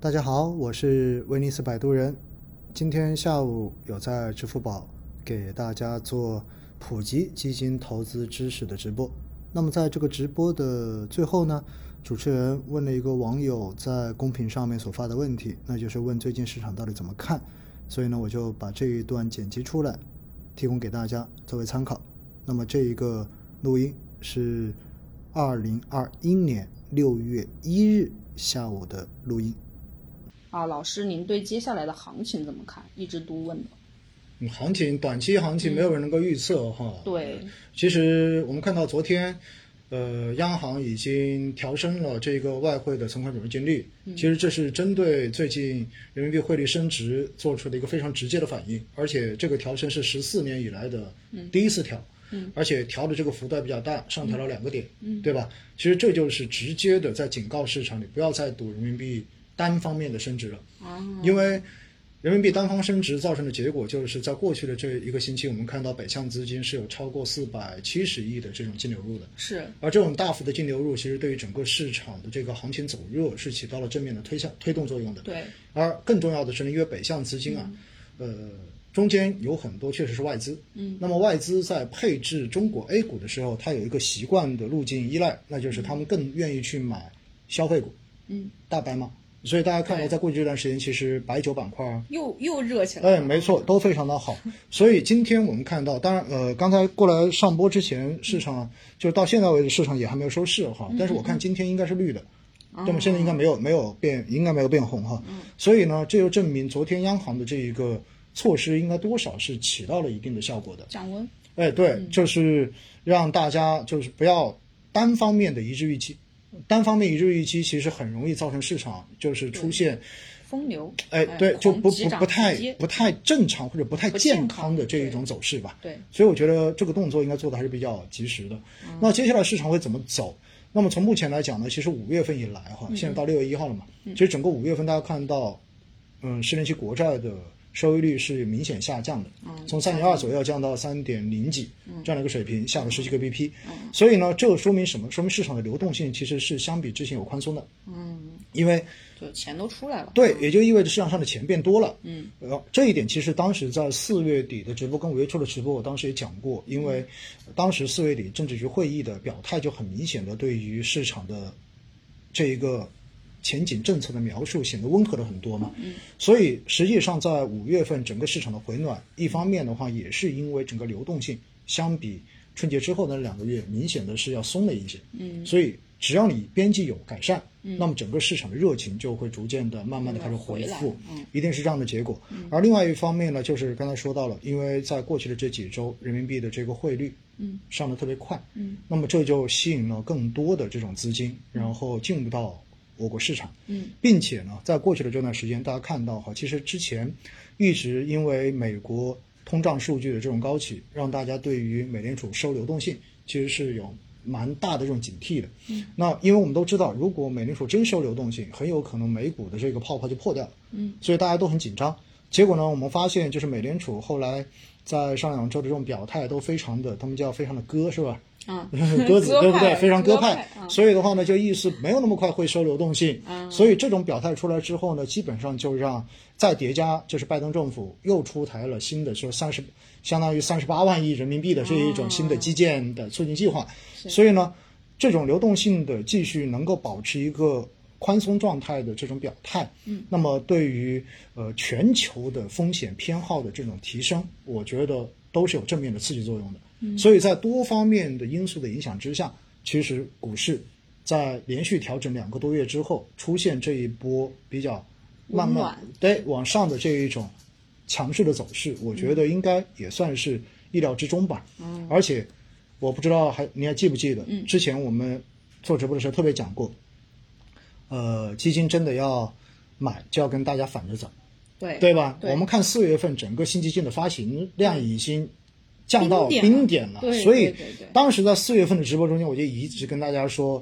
大家好，我是威尼斯摆渡人。今天下午有在支付宝给大家做普及基金投资知识的直播。那么在这个直播的最后呢，主持人问了一个网友在公屏上面所发的问题，那就是问最近市场到底怎么看。所以呢，我就把这一段剪辑出来，提供给大家作为参考。那么这一个录音是二零二一年六月一日下午的录音。啊，老师，您对接下来的行情怎么看？一直都问的。嗯，行情短期行情没有人能够预测、哈。对，其实我们看到昨天，呃，央行已经调升了这个外汇的存款准备金率，其实这是针对最近人民币汇率升值做出的一个非常直接的反应，而且这个调升是十四年以来的第一次调。嗯而且调的这个幅度还比较大，上调了两个点，嗯对吧？其实这就是直接的在警告市场，你不要再赌人民币单方面的升值了。啊，因为人民币单方升值造成的结果，就是在过去的这一个星期，我们看到北向资金是有超过四百七十亿的这种净流入的，是，而这种大幅的净流入，其实对于整个市场的这个行情走弱是起到了正面的推向推动作用的。对，而更重要的是呢，因为北向资金啊，呃，中间有很多确实是外资，嗯，那么外资在配置中国 A 股的时候，它有一个习惯的路径依赖，那就是他们更愿意去买消费股，嗯，大白马。所以大家看到，对在过去这段时间，其实白酒板块啊，又又热起来了。哎，没错，都非常的好。所以今天我们看到，当然，呃，刚才过来上播之前，市场就是到现在为止，市场也还没有收市哈。但是我看今天应该是绿的，那么现在应该没有没有变，应该没有变红哈。所以呢，这就证明昨天央行的这一个措施，应该多少是起到了一定的效果的。降温。哎，对，就是让大家就是不要单方面的一致预期，单方面一致预期其实很容易造成市场就是出现。风流，哎，对，就狂不呃急不涨不太直接不太正常或者不太不健健康康的这一对种走势吧。对，所以我觉得这个动作应该做的还是比较及时的。嗯那接下来市场会怎么走？那么从目前来讲呢，其实五月份以来哈，嗯现在到六月一号了嘛，其实整个五月份大家看到，嗯，十年期国债的收益率是明显下降的，嗯从三点二左右降到三点零几这样的一个水平，下了嗯十几个 BP。所以呢，这个说明什么？说明市场的流动性其实是相比之前有宽松的，嗯，因为就钱都出来了。对，也就意味着市场上的钱变多了。嗯，呃，这一点其实当时在四月底的直播跟五月初的直播，我当时也讲过，因为当时四月底政治局会议的表态就很明显的对于市场的这一个前景政策的描述显得温和了很多嘛。嗯，所以实际上在五月份整个市场的回暖，一方面的话也是因为整个流动性相比春节之后的那两个月，明显的是要松了一些。嗯，所以只要你边际有改善，那么整个市场的热情就会逐渐的慢慢的开始回嗯回复来，嗯一定是这样的结果。而另外一方面呢，就是刚才说到了，因为在过去的这几周，人民币的这个汇率，嗯，上的特别快，嗯，那么这就吸引了更多的这种资金，然后进入到我国市场，嗯，并且呢，在过去的这段时间，大家看到哈，其实之前一直因为美国通胀数据的这种高企，让大家对于美联储收流动性其实是有蛮大的这种警惕的。嗯，那因为我们都知道，如果美联储真收流动性，很有可能美股的这个泡泡就破掉了。嗯，所以大家都很紧张。结果呢，我们发现就是美联储后来在上两周的这种表态都非常的，他们叫非常的鸽是吧？，啊嗯 鸽子对不对？非常鸽派派，，嗯啊所以的话呢，就意思没有那么快会收流动性。嗯所以这种表态出来之后呢，基本上就让再叠加，就是拜登政府又出台了新的，就是三十，相当于三十八万亿人民币的这一种新的基建的促进计划。所以呢，这种流动性的继续能够保持一个。宽松状态的这种表态，嗯，那么对于呃全球的风险偏好的这种提升，我觉得都是有正面的刺激作用的。嗯所以在多方面的因素的影响之下，其实股市在连续调整两个多月之后，出现这一波比较慢慢温暖对哎往上的这一种强势的走势，我觉得应该也算是意料之中吧。嗯，而且我不知道还你还记不记得，之前我们做直播的时候特别讲过，呃，基金真的要买就要跟大家反着走。对对吧？对我们看四月份整个新基金的发行量已经降到冰点冰点了了，对所以对对对当时在四月份的直播中间，我就一直跟大家说，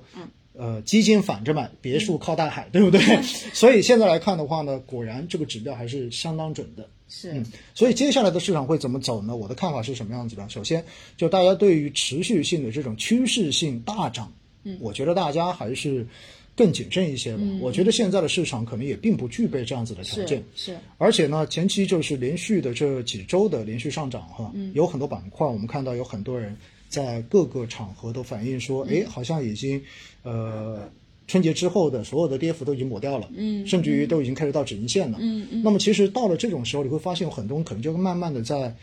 呃，基金反着买，别墅靠大海，对不对？嗯 所以现在来看的话呢，果然这个指标还是相当准的。是嗯，所以接下来的市场会怎么走呢？我的看法是什么样子的？首先，就大家对于持续性的这种趋势性大涨，嗯，我觉得大家还是更谨慎一些吧。我觉得现在的市场可能也并不具备这样子的条件嗯是。是，而且呢，前期就是连续的这几周的连续上涨哈，有很多板块，我们看到有很多人在各个场合都反映说，哎，好像已经，呃，春节之后的所有的跌幅都已经抹掉了，嗯，甚至于都已经开始到止盈线了，嗯嗯。那么其实到了这种时候，你会发现有很多人可能就慢慢的在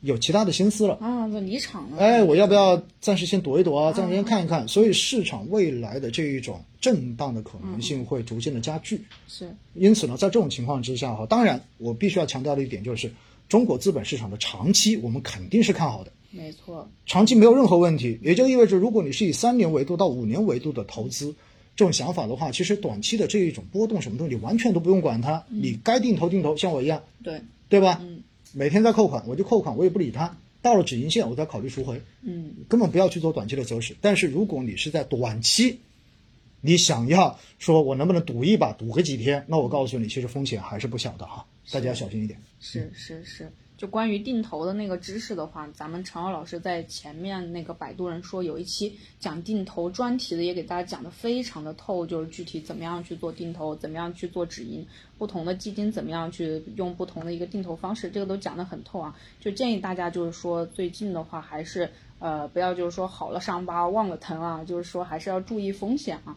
有其他的心思了。啊，就离场了。哎，我要不要暂时先躲一躲啊？暂时先看一看。所以市场未来的这一种震荡的可能性会逐渐的加剧。是因此呢，在这种情况之下哈，当然我必须要强调的一点就是，中国资本市场的长期我们肯定是看好的，没错，长期没有任何问题。也就意味着，如果你是以三年维度到五年维度的投资这种想法的话，其实短期的这一种波动什么东西，你完全都不用管它，你该定投定投，像我一样，对，对吧？每天在扣款，我就扣款，我也不理它。到了止盈线，我再考虑赎回。嗯，根本不要去做短期的择时。但是如果你是在短期，你想要说我能不能赌一把，赌个几天，那我告诉你，其实风险还是不小的哈，大家要小心一点。是是是。就关于定投的那个知识的话，咱们常浩老师在前面那个摆渡人说有一期讲定投专题的，也给大家讲的非常的透，就是具体怎么样去做定投，怎么样去做止盈，不同的基金怎么样去用不同的一个定投方式，这个都讲得很透啊。就建议大家就是说，最近的话还是呃不要就是说好了伤疤忘了疼啊，就是说还是要注意风险啊。